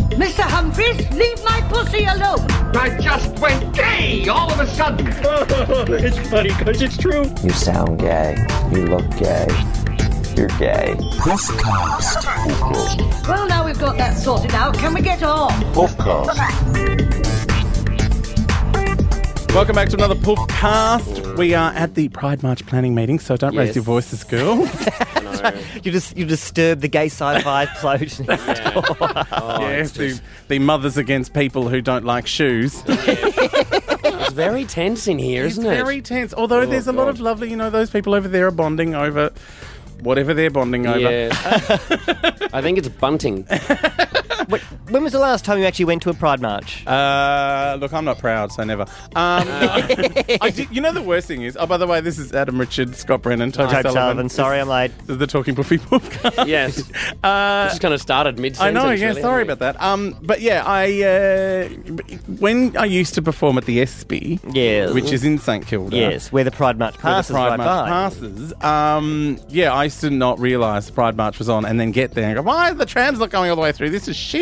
Mr. Humphries, leave my pussy alone. I just went gay all of a sudden. it's funny because it's true. You sound gay. You look gay. You're gay. Poofcast. Well, now we've got that sorted out, can we get on? Poofcast. Welcome back to another Poofcast. We are at the Pride March planning meeting, so don't raise Yes. your voices, girls. You just you disturb the gay sci-fi float. yes, the, the mothers against people who don't like shoes. It's very tense in here, It's isn't it? very tense. Although there's a lot of lovely, you know, those people over there are bonding over whatever they're bonding over. Yeah. I think it's bunting. Wh- when was the last time you actually went to a pride march? Uh, look, I'm not proud, so never. Um, I did- you know the worst thing is. Oh, by the way, this is Adam Richard, Scott Brennan, Toby Type Sullivan. Sullivan. Sorry, I'm late. This is the Talking Poofy podcast. Yes. Uh, just kind of started mid I sentence. know. Yeah, sorry about that. Um, but yeah, I uh, when I used to perform at the ESPY, Yes. which is in St Kilda. Yes, where the pride march where the passes Pride right March by. passes. Um, yeah, I used to not realise the Pride March was on, and then get there and go, "Why is the trams not going all the way through? This is shit."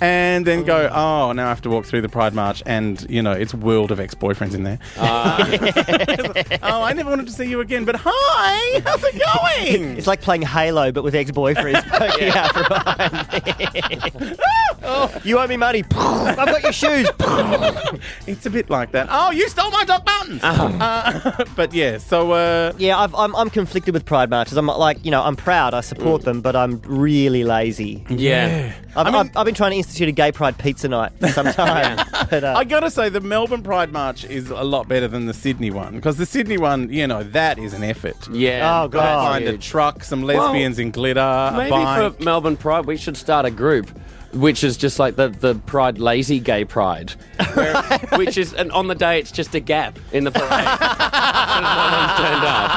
And then go, "Oh, now I have to walk through the Pride March, and you know, it's world of ex-boyfriends in there." Ah. oh, I never wanted to see you again, but hi, how's it going? It's like playing Halo, but with ex-boyfriends poking out from behind. you owe me money. I've got your shoes. It's a bit like that. Oh, you stole my dog buttons. Ah. Uh, but yeah, so uh, yeah, I've, I'm, I'm conflicted with pride marches. I'm like, you know, I'm proud. I support them, but I'm really lazy. Yeah. I've, Mm. I mean- I've, I've been trying to institute a gay pride pizza night for some time. but, uh, I gotta say the Melbourne Pride March is a lot better than the Sydney one because the Sydney one, you know, that is an effort. Yeah. Oh, Gotta God. find a truck, some lesbians in glitter, a Maybe bike. for Melbourne Pride, we should start a group. Which is just like the, the Pride Lazy Gay Pride, where, which is and on the day it's just a gap in the parade. 'Cause no one's turned up.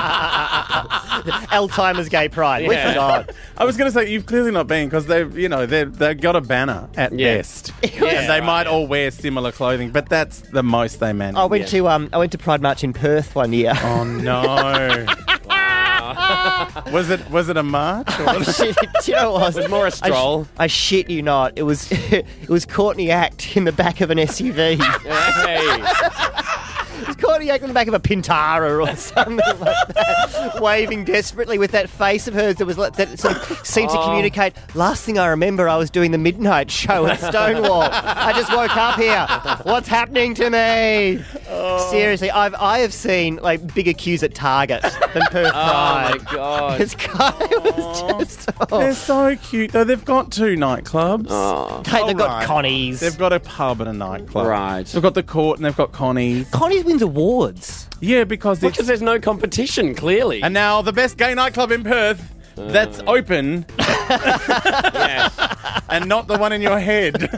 Alzheimer's gay pride. We Yeah. forgot. I was gonna say you've clearly not been because they've, you know, they've they've got a banner at Yeah. best, and they might all wear similar clothing, but that's the most they manage. I went to um, I went to Pride March in Perth one year. Oh no. was it was it a march? Or was it- Do you know what? It was more a I sh- stroll. I, shit you not. It was it was Courtney Act in the back of an SUV. it Hey. was Courtney Act in the back of a Pintara or something like that, waving desperately with that face of hers that was like, that sort of seemed Oh. to communicate. Last thing I remember, I was doing the midnight show at Stonewall. I just woke up here. What's happening to me? Oh. Seriously, I've I have seen like bigger queues at Target than Perth Oh my Pride. god! This guy was just. They're Oh. so cute though. They've got two nightclubs. Oh, Hey, they've got Alright. Connie's. They've got a pub and a nightclub. Right. They've got the court and they've got Connie's. Connie's wins awards. Yeah, because it's Because there's no competition, clearly. and now the best gay nightclub in Perth that's Uh. open yeah. and not the one in your head.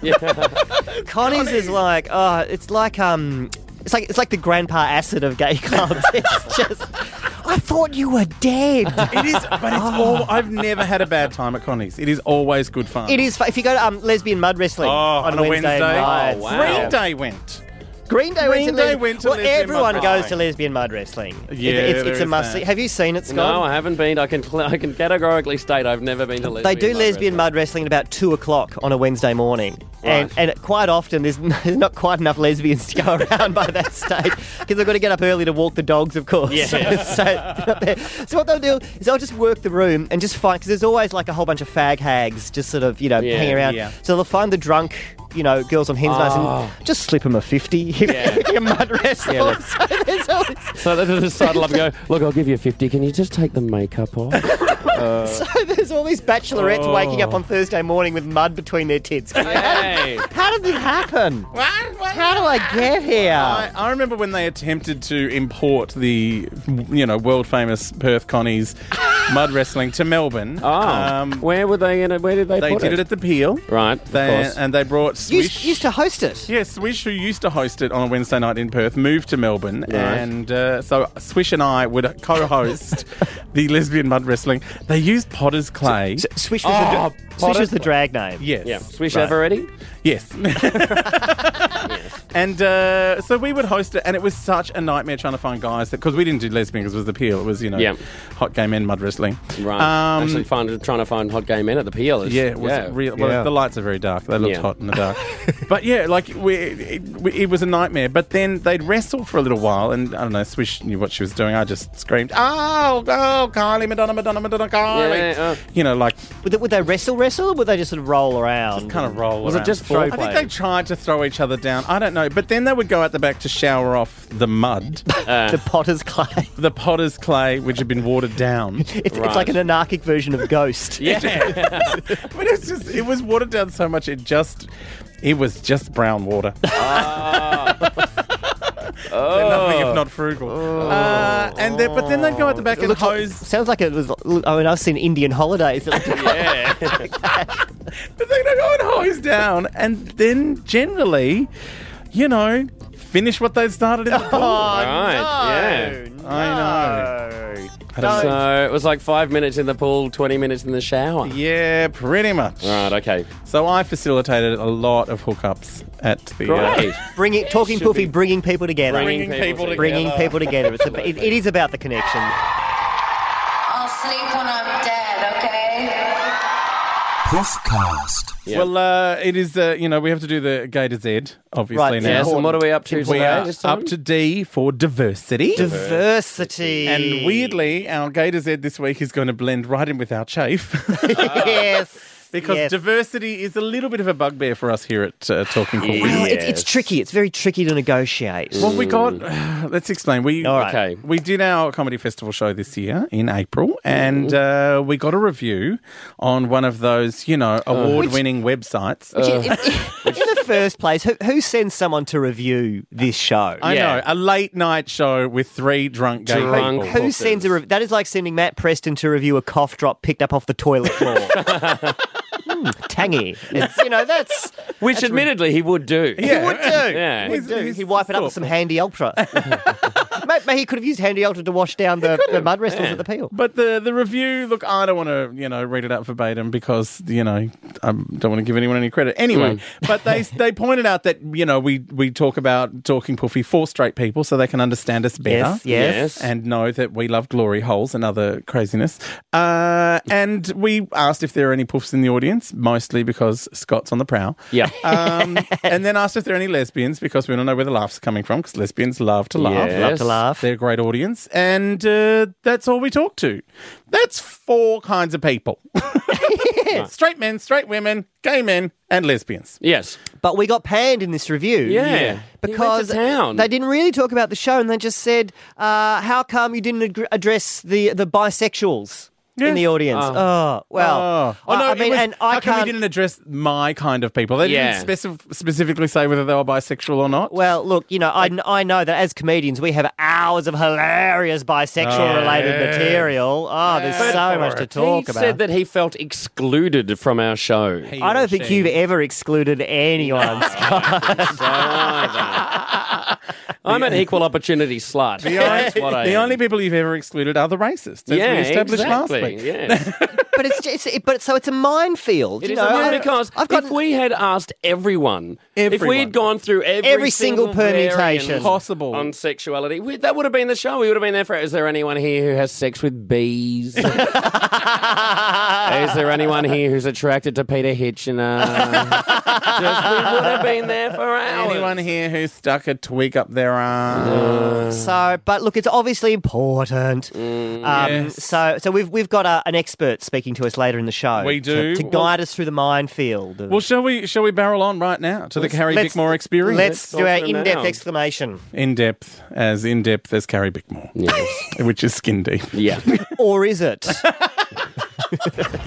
Connie's is like, oh, it's like um, it's like it's like the grandpa acid of gay clubs. it's just, I thought you were dead. Oh. It is, but it's all. I've never had a bad time at Connie's. It is always good fun. It is. fu- If you go to um, lesbian mud wrestling Oh, on, on, a Wednesday. nights. Oh, wow. Green Day went. Green Day went to Green Day lesbian. went to well, lesbian mud everyone goes wrestling. to lesbian mud wrestling. It- Yeah, it's, there it's a is must. that. See. Have you seen it, Scott? No, I haven't been. I can cl- I can categorically state I've never been to lesbian. They do mud lesbian wrestling. mud wrestling at about two o'clock on a Wednesday morning, and and quite often there's, n- there's not quite enough lesbians to go around by that stage because they've got to get up early to walk the dogs, of course. Yeah. so, they're not there. So what they'll do is they'll just work the room and just find because there's always like a whole bunch of fag hags just sort of you know Yeah, Oh. hanging around. yeah. So they'll find the drunk. You know, girls on hens nights and just slip them a 50 if Yeah. you're mud wrestling. look. so there's always So they just sidle up and go, look, I'll give you 50. Can you just take the makeup off? So there's all these bachelorettes waking Oh. up on Thursday morning with mud between their tits. Hey. How did this happen? How do I get here? I, I remember when they attempted to import the, you know, world famous Perth Connie's mud wrestling to Melbourne. Oh, where were they in it? Where did they, Um, they put did it at the Peel. Right, of They, course. and they brought you Swish. used, used to host it. Yeah, Swish, who used to host it on a Wednesday night in Perth, moved to Melbourne, and uh, so Swish and I would co-host the lesbian mud wrestling. They used Potter's clay. S- Swish was, the, dra- Swish was the drag name. yes, yeah, Swish Right. ever ready? Yes, And uh, so we would host it, and it was such a nightmare trying to find guys that because we didn't do lesbian because it was the peel. It was you know, Yeah. hot gay men mud wrestling. Right. Um, Actually, find, trying to find hot gay men at the peel. Is, yeah, it was real. Well, Yeah. the lights are very dark. They looked Yeah. hot in the dark. but yeah, like we, it, we, it was a nightmare. But then they'd wrestle for a little while, and I don't know. Swish knew what she was doing. I just screamed, "Oh, oh, Kylie, Madonna, Madonna, Madonna, Kylie!" Yeah, uh. yeah. You know, like Would they, would they wrestle, wrestle, or would they just sort of roll around? kind of roll. Was it around. just foreplay? I think they tried to throw each other down. I don't know. But then they would go out the back to shower off the mud, the potter's clay. the potter's clay, which had been watered down. It's, Right. it's like an anarchic version of Ghost. Yeah. But it's just it was watered down so much it just it was just brown water. They're nothing if not frugal. Oh. Oh. Uh, and then, but then they'd go out the back and Looks like- hose. sounds like it was. I mean, I've seen Indian holidays. It Oh, looked- But they'd go and hose down, and then generally, you know, finish what they started in the pool. right. Yeah. I know. uh, I don't know. So it was like five minutes in the pool, 20 minutes in the shower. Yeah, pretty much. Right, okay. So I facilitated a lot of hookups at the. uh, Great. bringing talking Should poofy, be- bringing people together, Bringing people together. bringing people together. It's a, it, it is about the connection. I'll sleep when I'm dead, okay? Proofcast. Yeah. Well, uh, it is, uh, you know, we have to do the Gay to Z, obviously, Right, now. Yes, and what are we up to We today? are this time? up to D for diversity. Diversity. and weirdly, our Gay to Z this week is going to blend right in with our chafe. yes, Because yes. diversity is a little bit of a bugbear for us here at uh, Talking Cool. Well, it's, it's tricky. It's very tricky to negotiate. Well, we got. Let's explain. We All right. Okay. We did our comedy festival show this year in April, and uh, we got a review on one of those, you know, Oh. award-winning websites. In the first place, who, who sends someone to review this show? I Yeah. know a late night show with three drunk gay Drunk people. who sends a review? That is like sending Matt Preston to review a cough drop picked up off the toilet floor. Hmm, tangy. It's, you know, that's. Which admittedly he would do. Yeah. would do. Yeah. Would do. He's- He'd wipe it up with some handy ultra. Maybe he could have used handy ultra to wash down the, the mud wrestlers at the peel. But the the review, look, I don't want to, you know, read it out verbatim because, you know, I don't want to give anyone any credit. Mm. Anyway, but they they pointed out that, you know, we we talk about talking poofy for straight people so they can understand us better. Yes, yes. Yes. And know that we love glory holes and other craziness. Uh, and we asked if there are any poofs in the audience, mostly because Scott's on the prowl. Yeah. Um, and then asked if there are any lesbians because we don't know where the laughs are coming from because lesbians love to laugh. Yes. Love to laugh. They're a great audience, and uh, that's all we talk to. That's four kinds of people straight men, straight women, gay men, and lesbians. Yes. But we got panned in this review. Yeah. Yeah. Because You went to town. they didn't really talk about the show and they just said, uh, how come you didn't ag- address the, the bisexuals? Yes. In the audience. Oh, Ah. well. Oh, oh I- no, I it mean, was- and I how come you can't. didn't address my kind of people? They Yeah. didn't specif- specifically say whether they were bisexual or not. Well, look, you know, I, kn- I know that as comedians, we have hours of hilarious bisexual related yeah. material. Oh, there's so much to talk he about. said that he felt excluded from our show. I don't think you've ever excluded anyone. I'm an equal opportunity slut. The That's what I only, the am. only people you've ever excluded are the racists. As yeah, we established exactly. last week. Yes. but it's just, it, but so it's a minefield. It you is know, a I- myth because I've got if we had asked everyone, if Everyone. we had gone through every, Every single permutation. variant Possible. on sexuality, we, that would have been the show. We would have been there for. Is there anyone here who has sex with bees? is Ah, there anyone here who's attracted to Peter Hitchener? Just, we would have been there for hours. Anyone here who stuck a twig up their arm? so, but look, it's obviously important. um, yes. So, so we've we've got a, an expert speaking to us later in the show. We to, do. to guide Well- us through the minefield. of- Well, shall we? Shall we barrel on right now to the Harry let's- Bickmore experience? Let's do our Let's talk in depth now. exclamation. in depth as in depth as Carrie Bickmore, Yes. which is skin deep. Yeah. Or is it?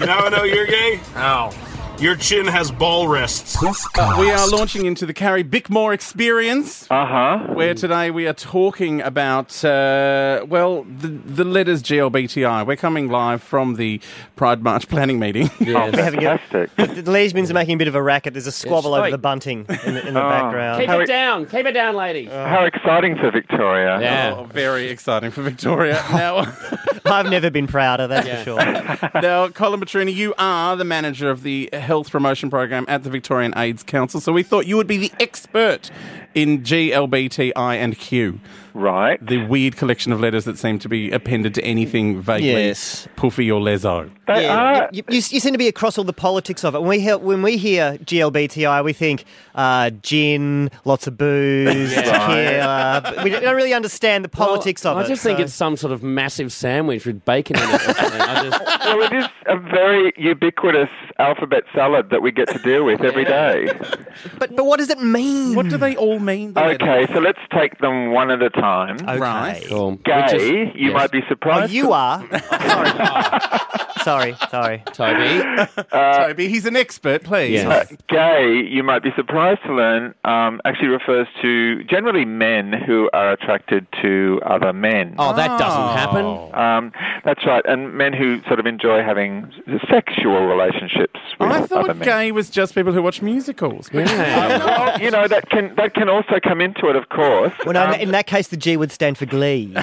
Now I know you're gay. Ow. Your chin has ball rests. Proofcast. We are launching into the Carrie Bickmore experience, Uh huh. where today we are talking about uh, well the, the letters GLBTI. We're coming live from the Pride March planning meeting. Yes. Fantastic. the lesbians are making a bit of a racket. There's a squabble Yes. over Oi. the bunting in the, in the background. Keep it down. Keep it down, lady. Oh, How exciting for Victoria. yeah. Oh, very exciting for Victoria. Now, I've never been prouder, that's for sure. now, Colin Petrini, you are the manager of the health promotion program at the Victorian AIDS Council. So we thought you would be the expert in G, L, B, T, I, and Q. Right. The weird collection of letters that seem to be appended to anything vaguely Yes. poofy or lezo. They Yeah, are. you, you, you seem to be across all the politics of it. When we hear, when we hear GLBTI, we think uh, gin, lots of booze, tequila. but We don't really understand the politics Well, of I it. just think so- it's some sort of massive sandwich with bacon in it. or something. I just, Well, it is a very ubiquitous alphabet salad that we get to deal with every day. But, but what does it mean? What do they all mean? the Okay, letters? so let's take them one at a time. Okay. Right. Cool. Which Gay, is- you yes, might be Oh, surprised. you are. sorry, sorry. Toby. Uh, Toby, he's an expert, please. Yes. Gay, you might be surprised to learn, um, actually refers to generally men who are attracted to other men. Oh, that Oh. doesn't happen. Um, that's right, and men who sort of enjoy having sexual relationships with I other thought men. gay was just people who watch musicals. Yeah. Well, you know that can that can also come into it, of course. Well, no, Um, in that case, the G would stand for glee.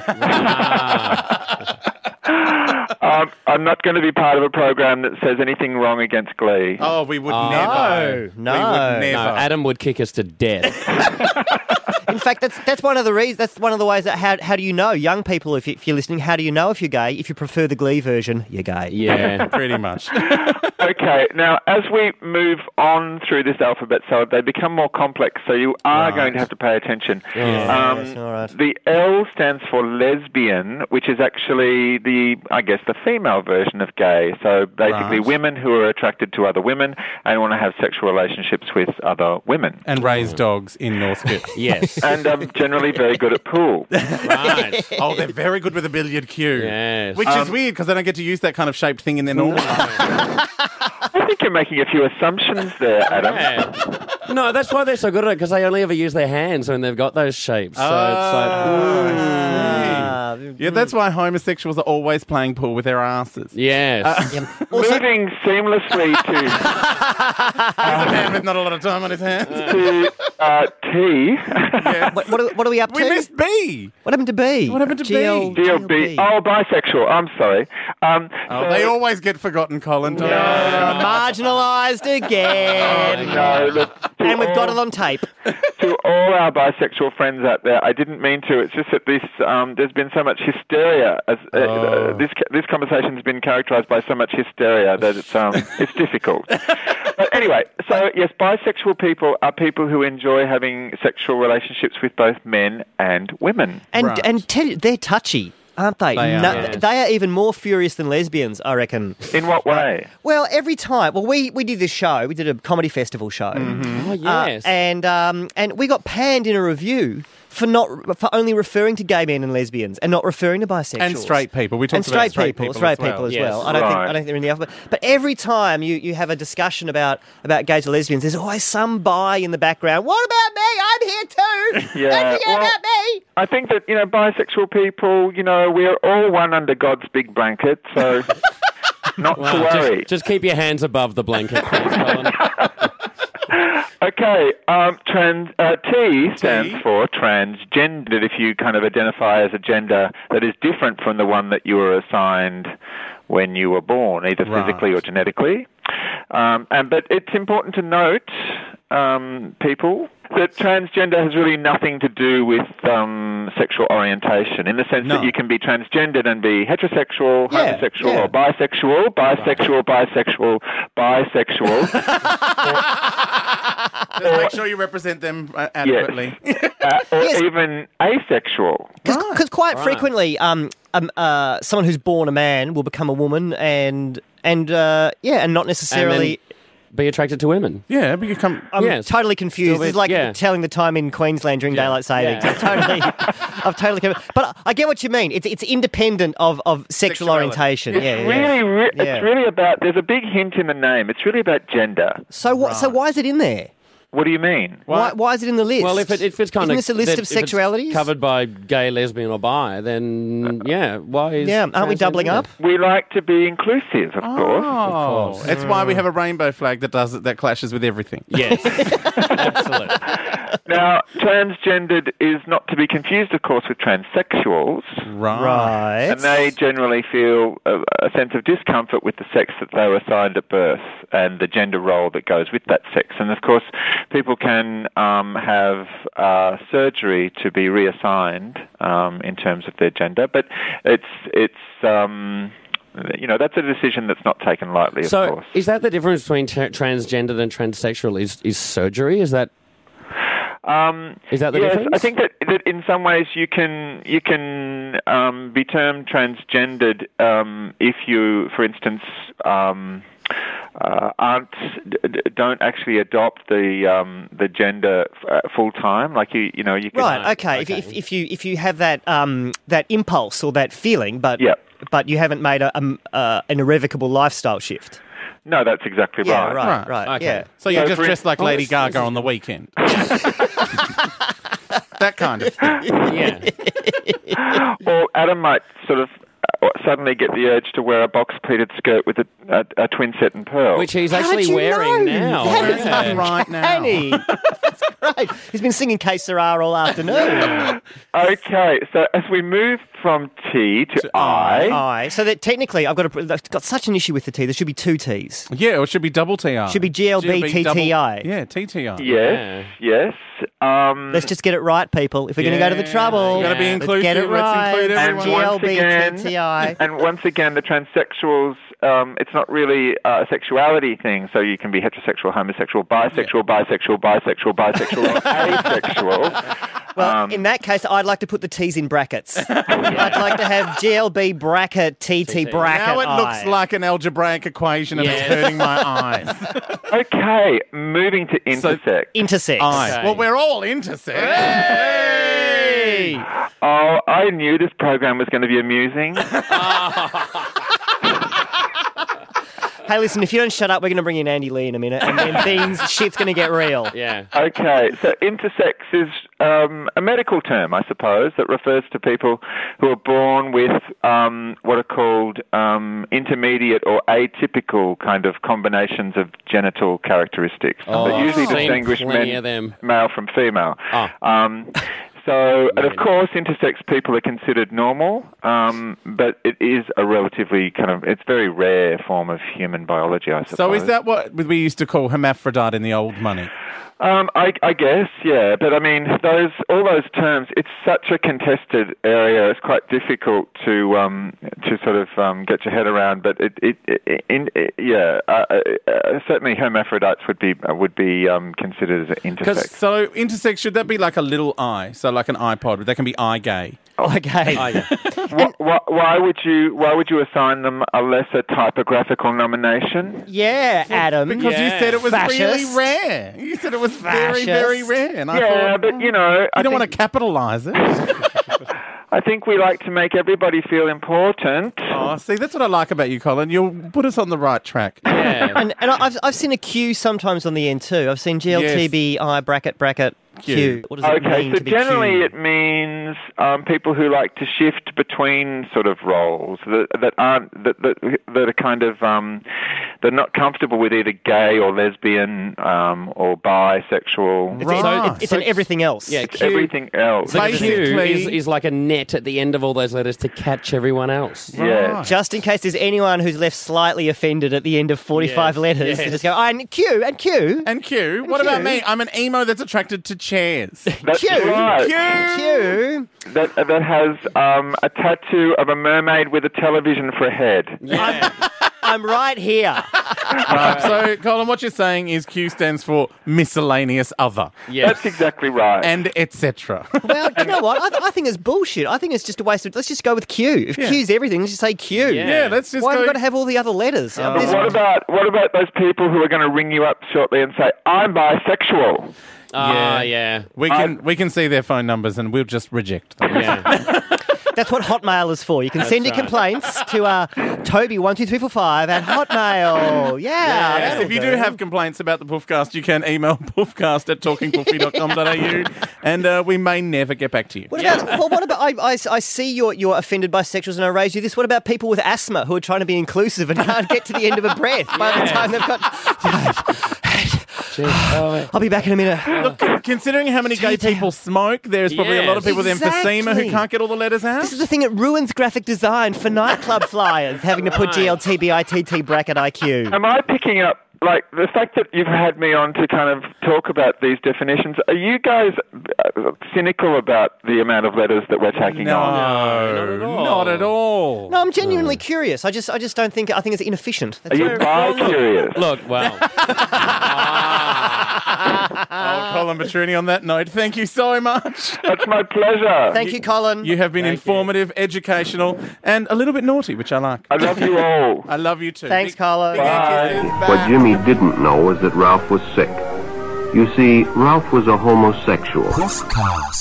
um, I'm not going to be part of a program that says anything wrong against Glee. Oh, we would Oh. never. No, we no. would never. No, Adam would kick us to death. In fact, that's that's one of the reasons. That's one of the ways that how, how do you know, young people, if, you, if you're listening, how do you know if you're gay? If you prefer the Glee version, you're gay. Yeah. Pretty much. Okay, now as we move on through this alphabet salad, they become more complex, so you are going to have to pay attention. Um, Yes, all right. The L stands for lesbian, which is actually the, I guess, the female version of gay. So basically, Right. women who are attracted to other women and want to have sexual relationships with other women. and raise dogs in Northcote. Yes. And um, generally very good at pool. Right. oh, they're very good with a billiard cue. Yes. Which is weird because they don't get to use that kind of shaped thing in their normal life. I think you're making a few assumptions there, Adam. Yeah. No, that's why they're so good at it because they only ever use their hands when they've got those shapes. So Oh, it's like, Uh, Ah, I see. yeah, that's why homosexuals are always playing pool with their asses. yes. Uh, Moving seamlessly to. He's a man with not a lot of time on his hands. to uh, T. What, what, are, what are we up we to? missed B. What happened to B? What happened to B? GL, DLB. Oh, bisexual. I'm sorry. Um, Oh, so- they always get forgotten, Colin. don't Uh, marginalised again. Oh, No, look, to and we've all, got it on tape. to all our bisexual friends out there. I didn't mean to. It's just that this um, there's been so much hysteria. As, uh, Oh. uh, this this conversation's been characterised by so much hysteria that it's um, it's difficult. But anyway, so yes, bisexual people are people who enjoy having sexual relationships with both men and women. And Right. and tell you, they're touchy, aren't they? They are. Yes. they are even more furious than lesbians, I reckon. In what way? Well, every time. Well, we, we did this show. We did a comedy festival show. Mm-hmm. Oh, Uh, yes. and um, and we got panned in a review for not for only referring to gay men and lesbians and not referring to bisexuals And straight people. We talked and about straight, straight people, people straight as well. people as Yes. well. I don't think Right. I don't think they're in the alphabet. But every time you, you have a discussion about about gays or lesbians, there's always some bi in the background. What about me? I'm here too. Yeah, Don't forget well- about me. I think that you know, bisexual people, you know, we are all one under God's big blanket, so not to Wow, worry. just, just keep your hands above the blanket, please, Colin. Okay, um, trans uh, T stands T. for transgendered. If you kind of identify as a gender that is different from the one that you were assigned when you were born, either Right. physically or genetically. Um, and but it's important to note, um, people, that transgender has really nothing to do with um, sexual orientation, in the sense No. that you can be transgendered and be heterosexual, Yeah, homosexual, yeah. or bisexual, bisexual, bisexual, bisexual. Just make sure you represent them uh, adequately. uh, or Yes. even asexual. Because quite frequently, um, um, uh, someone who's born a man will become a woman, and and uh, yeah, and not necessarily. Be attracted to women. yeah, but you come. I'm Yes. totally confused. Still It's be- like yeah. telling the time in Queensland during daylight savings. Yeah. I've totally, I've totally. come- But I get what you mean. It's it's independent of, of sexual Sexuality. orientation. Yeah, yeah, yeah. Really, re- Yeah. it's really about. There's a big hint in the name. It's really about gender. So what? So why is it in there? What do you mean? Why, why is it in the list? Well, if, it, if it's kind Isn't of this a list of sexualities? covered by gay, lesbian, or bi, then yeah, why is yeah, aren't we transgender doubling there? up? We like to be inclusive, of course. Ah. Oh, it's why we have a rainbow flag that does that clashes with everything. Yes, absolutely. Now, transgendered is not to be confused, of course, with transsexuals. Right. And they generally feel a, a sense of discomfort with the sex that they were assigned at birth and the gender role that goes with that sex. And of course, people can um, have uh, surgery to be reassigned um, in terms of their gender, but it's it's um, you know that's a decision that's not taken lightly, of So, course. is that the difference between tra- transgendered and transsexual? Is is surgery? Is that Um, Is that the yes, difference? I think that, that in some ways you can you can um, be termed transgendered um, if you, for instance, um, uh, aren't d- d- don't actually adoft the um, the gender f- uh, full time. Like you you know you can Right. Okay. If, if, if you if you have that um that impulse or that feeling, but Yeah. but you haven't made a, um, uh, an irrevocable lifestyle shift. no, that's exactly Yeah. right. Right. Right. Okay. Yeah. So you're So just for- dressed like Lady Gaga on the weekend. that kind of thing. yeah? Or Adam might sort of uh, suddenly get the urge to wear a box pleated skirt with a, a, a twin set and pearl. Which he's did actually you wearing know? now. That Yeah. is Right now. Annie. That's great. He's been singing "Que Sera" all afternoon. okay, so as we move from T to, I. Aye. So that technically, I've got a, I've got such an issue with the T. There should be two T's. Yeah, or it should be double TR. Should be GLBTTI. double- Yeah, TTI. Yes, yes. Um, Let's just get it right, people. If we're going to go to the Yeah, trouble, you gotta be let's get it inclusive, let's right. include and everyone. once again, GLBTTI. and once again, the transsexuals. Um, it's not really uh, a sexuality thing. So you can be heterosexual, homosexual, bisexual, bisexual, bisexual, bisexual, or asexual. Um, Well, in that case, I'd like to put the T's in brackets. I'd like to have GLB bracket TT bracket. Now it looks I. like an algebraic equation and it's Yes. hurting my eyes. Okay, moving to intersex. intersex. Eyes. Well, we're all intersex. oh, I knew this program was going to be amusing. Hey, listen, if you don't shut up, we're going to bring in Andy Lee in a minute, and then things shit's going to get real. Yeah. Okay, so intersex is um, a medical term, I suppose, that refers to people who are born with um, what are called um, intermediate or atypical kind of combinations of genital characteristics Oh, that I've usually seen distinguish plenty men, of them. male from female. Ah. Um, so, and of course, intersex people are considered normal, um, but it is a relatively kind of, it's very rare form of human biology, I suppose. So is that what we used to call hermaphrodite in the old money? Um, I, I guess, yeah, but I mean, those all those terms. It's such a contested area. It's quite difficult to um, to sort of um, get your head around. But it, it, it, in, it yeah, uh, uh, uh, certainly hermaphrodites would be uh, would be um, considered as Because intersex. so intersex should that be like a little eye? So like an iPod, but that can be eye gay. Okay. Wh- wh- why would you Why would you assign them a lesser typographical nomination? Yeah, Adam. Because you Yeah. said it was Um, Fascist. really rare. You said it was very, Fascist. very rare. And I Yeah, thought, but you know, I you don't think, want to capitalize it. I think we like to make everybody feel important. oh, see, that's what I like about you, Colin. You'll put us on the right track. Yeah. And, and I've, I've seen a Q sometimes on the end too. I've seen GLTBI bracket bracket Q. Q. What does it okay, mean so to be generally Q? it means um, people who like to shift between sort of roles that, that aren't that, that that are kind of um, they're not comfortable with either gay or lesbian um, or bisexual. It's, it's- Right. it's, an everything else. Yeah. It's Q- everything else. So Q Basically- is, is like a net at the end of all those letters to catch everyone else. yeah. Just in case there's anyone who's left slightly offended at the end of 45 Yes, letters, they yes. just go, "Oh, and Q, and Q, And Q, what about me? I'm an emo that's attracted to chairs. That's Q. right. Q. That that has um, a tattoo of a mermaid with a television for a head. I'm right here. Right, So, Colin, what you're saying is Q stands for miscellaneous other Yes. That's exactly right. and etc. Well, do you know what? I, th- I think it's bullshit. I think it's just a waste of. Let's just go with Q. If Q's everything, let's just say Q. yeah, let's just Why have go. Oh. we got to have all the other letters? I mean, But there's- what about what about those people who are going to ring you up shortly and say, "I'm bisexual"? Ah, yeah. we can we can see their phone numbers and we'll just reject them. Yeah. That's what Hotmail is for. You can send your right. complaints to uh, Toby12345 at Hotmail. Yeah. Yes, if you do have complaints about the Poofcast, you can email poofcast at talkingpoofy.com.au and uh, we may never get back to you. What about, well, what about I, I, I see you're, you're offended by sexuals and I raise you this. What about people with asthma who are trying to be inclusive and can't get to the end of a breath by the time they've got. I'll be back in a minute. Look, considering how many gay people smoke, there's probably a lot of Yes. people with emphysema who Exactly. can't get all the letters out. This is the thing that ruins graphic design for nightclub flyers, having to put GLTBITT bracket Um, IQ. Am I picking up like the fact that you've had me on to kind of talk about these definitions? Are you guys uh, cynical about the amount of letters that we're tacking no, on? not at all. Not at all. No, I'm Mm. genuinely curious. I just, I just don't think. I think it's inefficient. Are That's you bi curious? Look, well, I'll call Colin Petrini on that note. Thank you so much. That's my pleasure. Thank you, Colin. You have been Thank you. informative, educational, and a little bit naughty, which I like. I love you all. I love you too. Thanks, Big- Carlo. big hand kisses. What Bye. Jimmy didn't know was that Ralph was sick. You see, Ralph was a homosexual.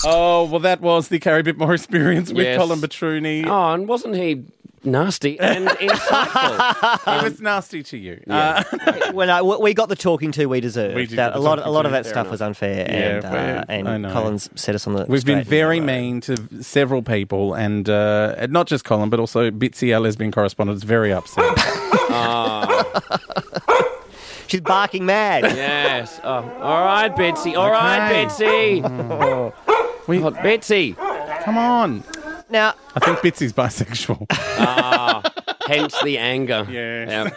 Oh, well, that was the Carry Bit More experience with Yes. Colin Petruni. oh, and wasn't he nasty and insightful? It was nasty to you. Uh, When I, we got the talking to, we deserved. We did that, get the a lot, a talking lot to, of that fair stuff was unfair, and, uh, we- I and know. Colin's set us on the. we've been straight and very narrow. mean to several people, and, uh, and not just Colin, but also Bitsy, our lesbian correspondent, is very upset. She's barking mad. yes. Oh, all right, Betsy. All right, Betsy. We- God, Betsy. Come on. Now, I think Bitsy's bisexual. Hence the anger. Yes. Yeah.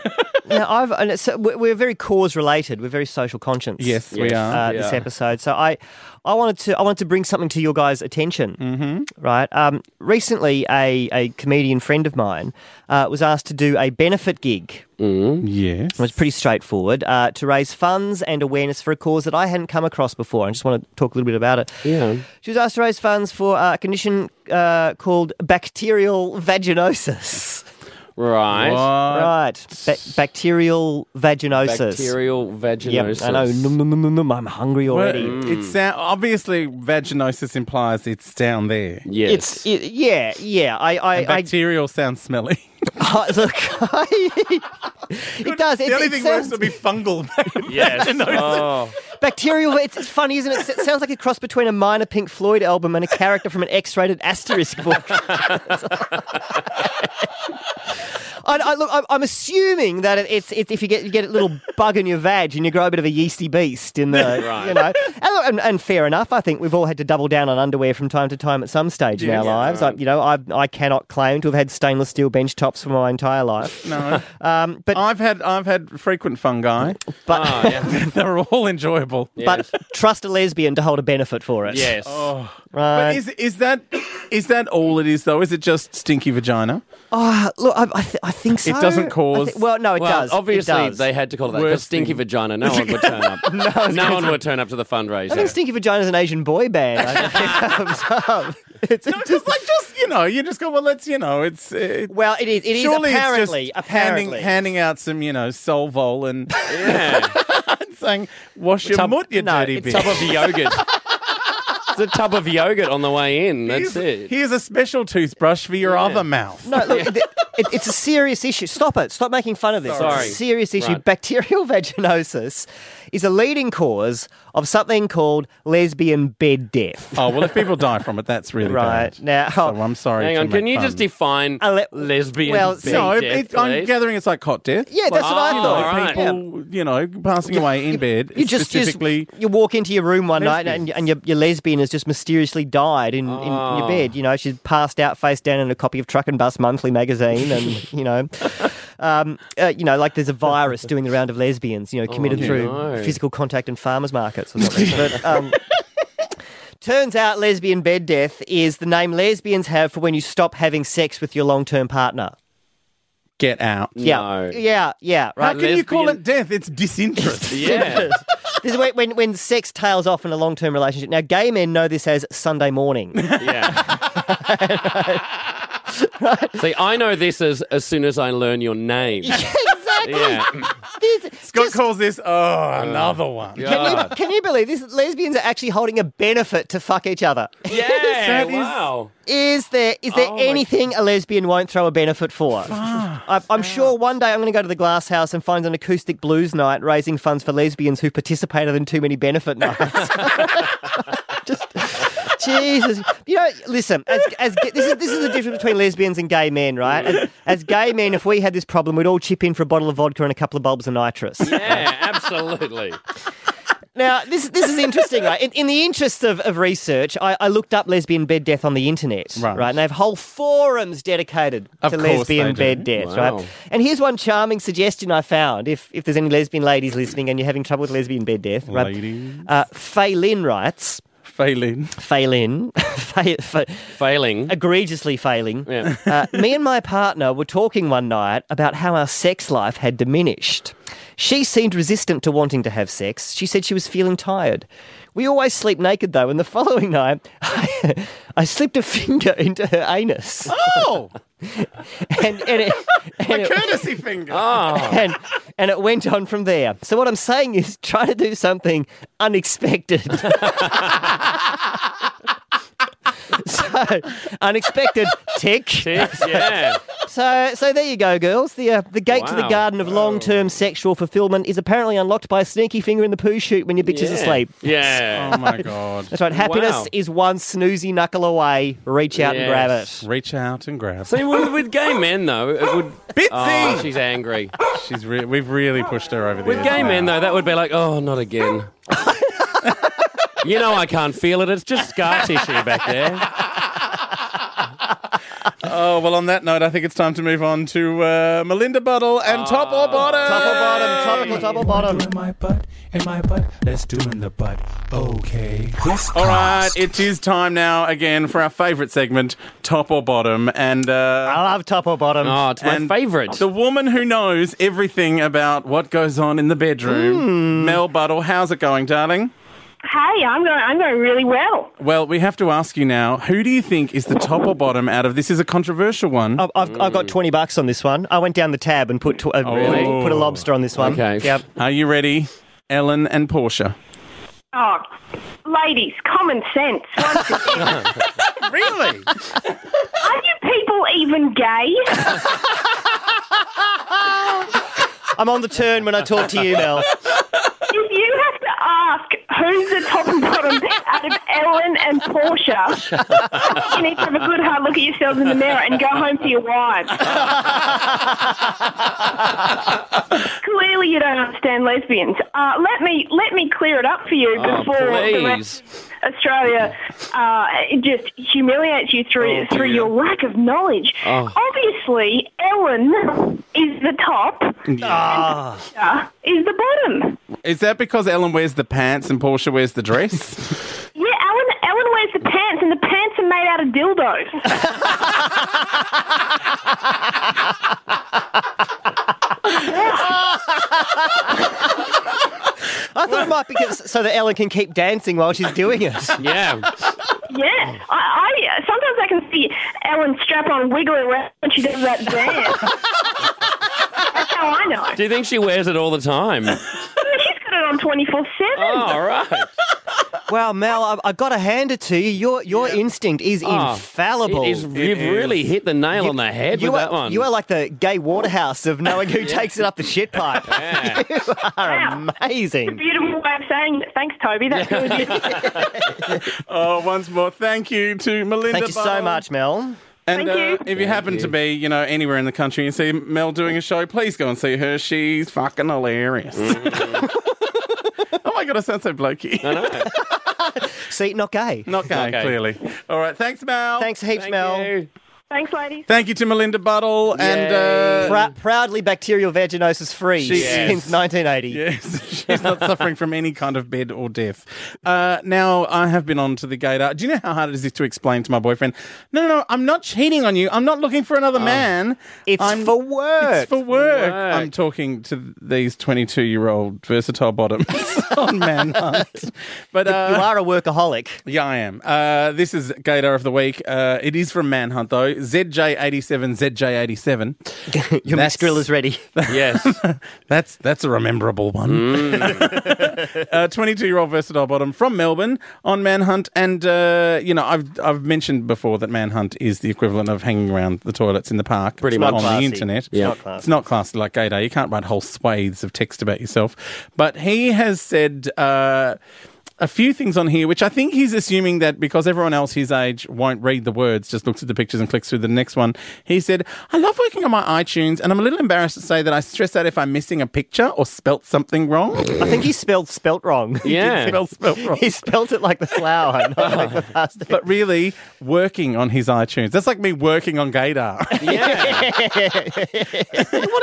now I've, and it's, we- we're very cause related. We're very social conscious. yes, we Yes. are. uh, this Yeah. episode. So I, I wanted to I wanted to bring something to your guys' attention. Mm-hmm. Right. Um, recently, a, a comedian friend of mine uh, was asked to do a benefit gig. yes. It was pretty straightforward uh, to raise funds and awareness for a cause that I hadn't come across before. I just want to talk a little bit about it. Yeah. She was asked to raise funds for uh, a condition uh, called bacterial vaginosis. Right. What? right. Ba- bacterial vaginosis. Bacterial Yep, vaginosis. I know. Nom, nom, nom, nom, I'm hungry Well, already. it's sound- obviously vaginosis implies it's down there. Yes. It's i yeah, yeah. I, I, I, Bacterial sounds smelly. I look. it does. It, the only it thing sounds worse would be fungal. yes. Oh. bacterial. It's, it's funny, isn't it? It sounds like a cross between a minor Pink Floyd album and a character from an X-rated asterisk book. I, I, look, I'm, I'm assuming that it, it's, it's if you get you get a little bug in your vag and you grow a bit of a yeasty beast in the you know and, look, and, and fair enough. I think we've all had to double down on underwear from time to time at some stage in our lives. I, you know, I I cannot claim to have had stainless steel bench tops for my entire life. no, Um, but I've had I've had frequent fungi. but Oh, yeah. They're all enjoyable. but trust a lesbian to hold a benefit for it. Yes. right. But is is that is that all it is though? Is it just stinky vagina? Uh, look, I, I, th- I think so. It doesn't I cause- thi- well, no, it well, does. obviously it does. they had to call it that. 'cause Worst stinky thing. vagina. No one would turn up. no one would turn up to I the think fundraiser. Stinky Vagina's an Asian boy band. I think. it's it's Just like just you know, you just go well. Let's you know, it's it, well, it is. It is surely apparently it's just apparently. handing handing out some you know Solvol and yeah. saying wash your Tub- mutt, you no, dirty it's bitch. tub of yogurt. it's a tub of yogurt on the way in. That's here's, it. here's a special toothbrush for your other mouth. no, look, it, it- it's a serious issue. Stop it. Stop making fun of this. Sorry. It's a serious issue. Right. Bacterial vaginosis is a leading cause of something called lesbian bed death. Oh well, if people die from it, that's really Right. bad. Now, So I'm sorry. Hang to on, can make you fun. just define A le- lesbian? well, bed No, death, it, I'm please? gathering it's like hot death. Yeah, that's what I you know, thought. right. people, you know, passing away in bed. You just, you just specifically. you walk into your room one night and, Lesbians. and your, your lesbian has just mysteriously died in, in your Oh. bed. You know, she's passed out face down in a copy of Truck and Bus Monthly magazine, and you know, um, uh, you know, like there's a virus doing the round of lesbians. You know, committed no. through physical contact and farmers markets or something. but, um, Turns out lesbian bed death is the name lesbians have for when you stop having sex with your long term partner. get out. Yeah. No. Yeah, yeah, How right. can you call lesbian- it death? It's disinterest. Yeah. This is when, when, when sex tails off in a long term relationship. Now, gay men know this as Sunday morning. Yeah. See, I know this as as soon as I learn your name. Exactly. Yeah. Scott calls this, oh, another one. Can you, can you believe this? Lesbians are actually holding a benefit to fuck each other. Yeah. That is- wow. Is there is there Oh my- anything a lesbian won't throw a benefit for? I, I'm sure one day I'm going to go to the Glass House and find an acoustic blues night raising funds for lesbians who participated in too many benefit nights. Just. Jesus, you know, listen. As, as ga- this is this is the difference between lesbians and gay men, right? As, as gay men, if we had this problem, we'd all chip in for a bottle of vodka and a couple of bulbs of nitrous. Yeah, absolutely. Now, this this is interesting, right? In, in the interest of, of research, I, I looked up lesbian bed death on the internet, Right. And they have whole forums dedicated Of to course lesbian they bed do. death, Wow. right? And here's one charming suggestion I found. If if there's any lesbian ladies listening and you're having trouble with lesbian bed death, right? Ladies. Uh, Faye Lynn writes. Failing. Faye Lynn, Faye, Faye, Failing. egregiously failing. Yeah. Uh, me and my partner were talking one night about how our sex life had diminished. She seemed resistant to wanting to have sex. She said she was feeling tired. We always sleep naked though, and the following night, I, slipped a finger into her anus. Oh, And, and, it, and, it, courtesy finger. Oh, and, and it went on from there. So, what I'm saying is try to do something unexpected. so, unexpected tick. Ticks, yeah. So, so there you go, girls. The uh, the gate to the Wow. garden of long term sexual fulfillment is apparently unlocked by a sneaky finger in the poo chute when your bitch is Yeah. asleep. Yeah. Oh my god. That's right. Happiness Wow. is one snoozy knuckle away. Reach out and grab Yes. it. Reach out and grab. See, with, with gay men though, it would. Bitsy! Oh, she's angry. She's re- we've really pushed her over the With edge gay now. men though, that would be like, oh, not again. you know, I can't feel it. It's just scar tissue back there. Oh well, on that note, I think it's time to move on to uh, Melinda Buddle and Top or Bottom. Ah, Top or bottom, topical top or bottom. my butt, in my butt, let's do in the butt. Okay. All right, it is time now again for our favourite segment, Top or Bottom, and. Uh, I love top or bottom. Oh, it's my And favourite. The woman who knows everything about what goes on in the bedroom, Hmm. Mel Buddle. How's it going, darling? Hey, I'm going. I'm going really well. Well, we have to ask you now who do you think is the top or bottom out of this? Is a controversial one. I've, I've, I've mm. got twenty bucks on this one. I went down the tab and put tw- uh, really? put a lobster on this one. Oh. Okay. Yep. Are you ready, Ellen and Portia? Oh, ladies, common sense. Once again. Really? Are you people even gay? I'm on the turn when I talk to you, Mel. If you have to ask who's the top and bottom out of Ellen and Portia, I think you need to have a good hard look at yourselves in the mirror and go home to your wives. Clearly, you don't understand lesbians. Uh, let me let me clear it up for you Oh, before the please. rest Australia uh, it just humiliates you through Oh, through dear. your lack of knowledge. Oh. Obviously, Ellen is the top, Portia is the bottom. Is that because Ellen wears the pants and Portia wears the dress? Yeah, Ellen Ellen wears the pants, and the pants are made out of dildos. I thought it might be 'cause- so that Ellen can keep dancing while she's doing it. yeah. yeah, I, I sometimes I can see Ellen strap on wiggling around when she does that dance. That's how I know. Do you think she wears it all the time? She's got it on twenty four seven. All right. Wow, Mel, I, I got to hand it to you. Your your instinct is Oh, infallible. It is, you've really hit the nail on the head you with are, that one. You are like the gay waterhouse of knowing who takes it up the shit pipe. Yeah. You are Wow. amazing. Beautiful way of saying it. Thanks, Toby. That's really beautiful. oh, once more, thank you to Melinda. Thank you so Buddle. much, Mel. And Thank you. Uh, if you happen to be, you know, anywhere in the country and see Mel doing a show, please go and see her. She's fucking hilarious. oh my god, I sound so blokey. See, not gay. Not gay, Okay. clearly. All right, thanks, Mel. Thanks heaps, Thank Mel. you. Thanks, ladies. Thank you to Melinda Buddle and. Uh, Prou- proudly bacterial vaginosis free She is. since 1980. Yes, she's not suffering from any kind of bed or death. Uh, now, I have been on to the gator. Do you know how hard it is to explain to my boyfriend? No, no, no, I'm not cheating on you. I'm not looking for another man. Oh. It's I'm- for work. It's for work. work. I'm talking to these 22 year old versatile bottoms on Manhunt. But uh, you are a workaholic. yeah, I am. Uh, this is Gator of the Week. Uh, it is from Manhunt, though. ZJ87, ZJ87. Your That's- mistril is ready. yes. that's that's a rememberable one. Uh, 22-year-old versatile bottom from Melbourne on Manhunt, and uh, you know I've I've mentioned before that Manhunt is the equivalent of hanging around the toilets in the park, Pretty It's much. not on Classy. the internet. Yeah. It's not classy. It's not classy like Gay Day. You can't write whole swathes of text about yourself. But he has said. Uh, a few things on here, which I think he's assuming that because everyone else his age won't read the words, just looks at the pictures and clicks through the next one. He said, I love working on my iTunes, and I'm a little embarrassed to say that I stress out if I'm missing a picture or spelt something wrong. I think he spelled spelt wrong. He did Yeah. spell spelt wrong. He spelt it like the flower, not like the plastic. But really, working on his iTunes. That's like me working on Gaydar. what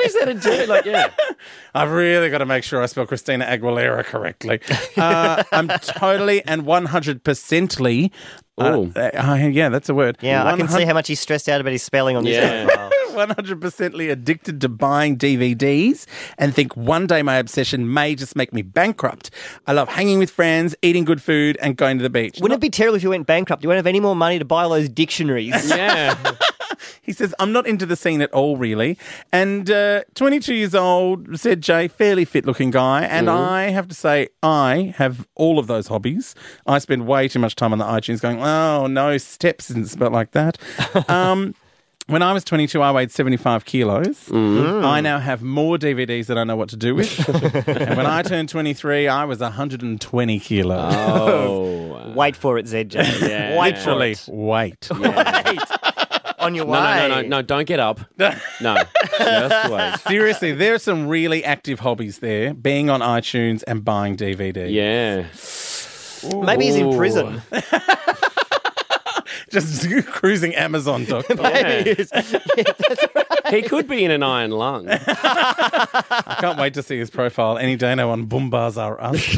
is there to do? Like, yeah. I've really got to make sure I spell Christina Aguilera correctly. Uh, I'm totally and 100%ly. Ooh. Uh, uh, yeah, that's a word. Yeah, I can 100 see how much he's stressed out about his spelling on this. Yeah. profile. 100%ly addicted to buying DVDs and think one day my obsession may just make me bankrupt. I love hanging with friends, eating good food, and going to the beach. Wouldn't it be terrible if you went bankrupt? You won't have any more money to buy all those dictionaries. Yeah. He says, I'm not into the scene at all, really. And uh, 22 years old, said Jay, fairly fit looking guy. And I have to say, I have all of those hobbies. I spend way too much time on the iTunes going, oh, no, steps isn't spelled like that. um, when I was 22, I weighed 75 kilos. I now have more DVDs that I know what to do with. and when I turned 23, I was 120 kilos. Oh, Wait for it, ZJ. Yeah. Wait for Literally, it. wait. On your No, way. no, no, no, no, don't get up. No. Just wait. Seriously, there are some really active hobbies there being on iTunes and buying DVD. Yeah. Maybe he's in prison. Just cruising Amazon.com. Yeah. He could be in an iron lung. I can't wait to see his profile any day now on Boombars Are Us.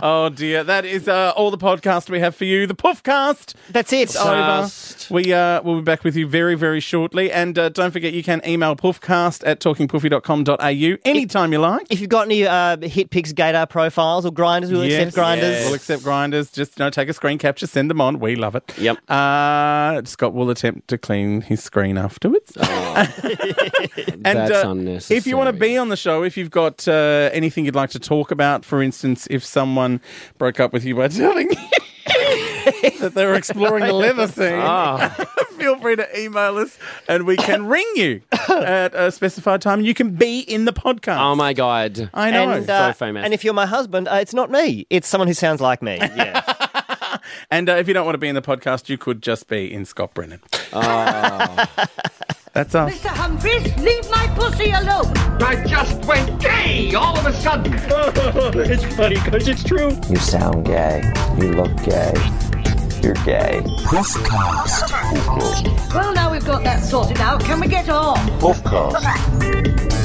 oh, dear. That is uh, all the podcast we have for you. The Puffcast. That's it. It's over. We uh, will be back with you very, very shortly. And uh, don't forget, you can email puffcast at talkingpuffy.com.au anytime you like. If you've got any uh, hit picks, Gator profiles, or grinders, we'll Yes. accept grinders. We'll accept grinders. Just you know, take a screen capture, send them on. We love it. Yep. Uh, Scott will attempt to clean his screen afterwards. and Oh. That's uh, unnecessary. if you want to be on the show, if you've got uh, anything you'd like to talk about, for instance, if someone broke up with you by telling you that they were exploring the leather scene. Ah. Feel free to email us and we can ring you at a specified time. You can be in the podcast. Oh my god. I know. And, uh, So famous. and if you're my husband, uh, it's not me. It's someone who sounds like me. Yeah. And uh, if you don't want to be in the podcast, you could just be in Scott Brennan. Ah. That's us. Mr. Humphries, leave my pussy alone. I just went gay all of a sudden. it's funny because it's true. You sound gay. You look gay. You're gay. Puffcast. Well, now we've got that sorted out, can we get on? Puffcast.